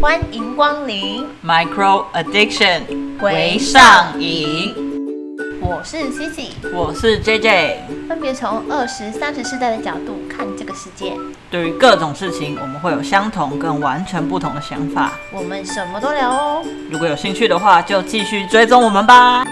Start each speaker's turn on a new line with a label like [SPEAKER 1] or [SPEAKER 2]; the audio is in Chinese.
[SPEAKER 1] 欢迎光临，
[SPEAKER 2] Micro Addiction
[SPEAKER 1] 为
[SPEAKER 2] 为
[SPEAKER 1] 上
[SPEAKER 2] 上瘾，
[SPEAKER 1] 我是 Cici，
[SPEAKER 2] 我是 JJ。
[SPEAKER 1] 分别从二十三十世代的角度看这个世界，
[SPEAKER 2] 对于各种事情，我们会有相同跟完全不同的想法。
[SPEAKER 1] 我们什么都聊哦。
[SPEAKER 2] 如果有兴趣的话，就继续追踪我们吧。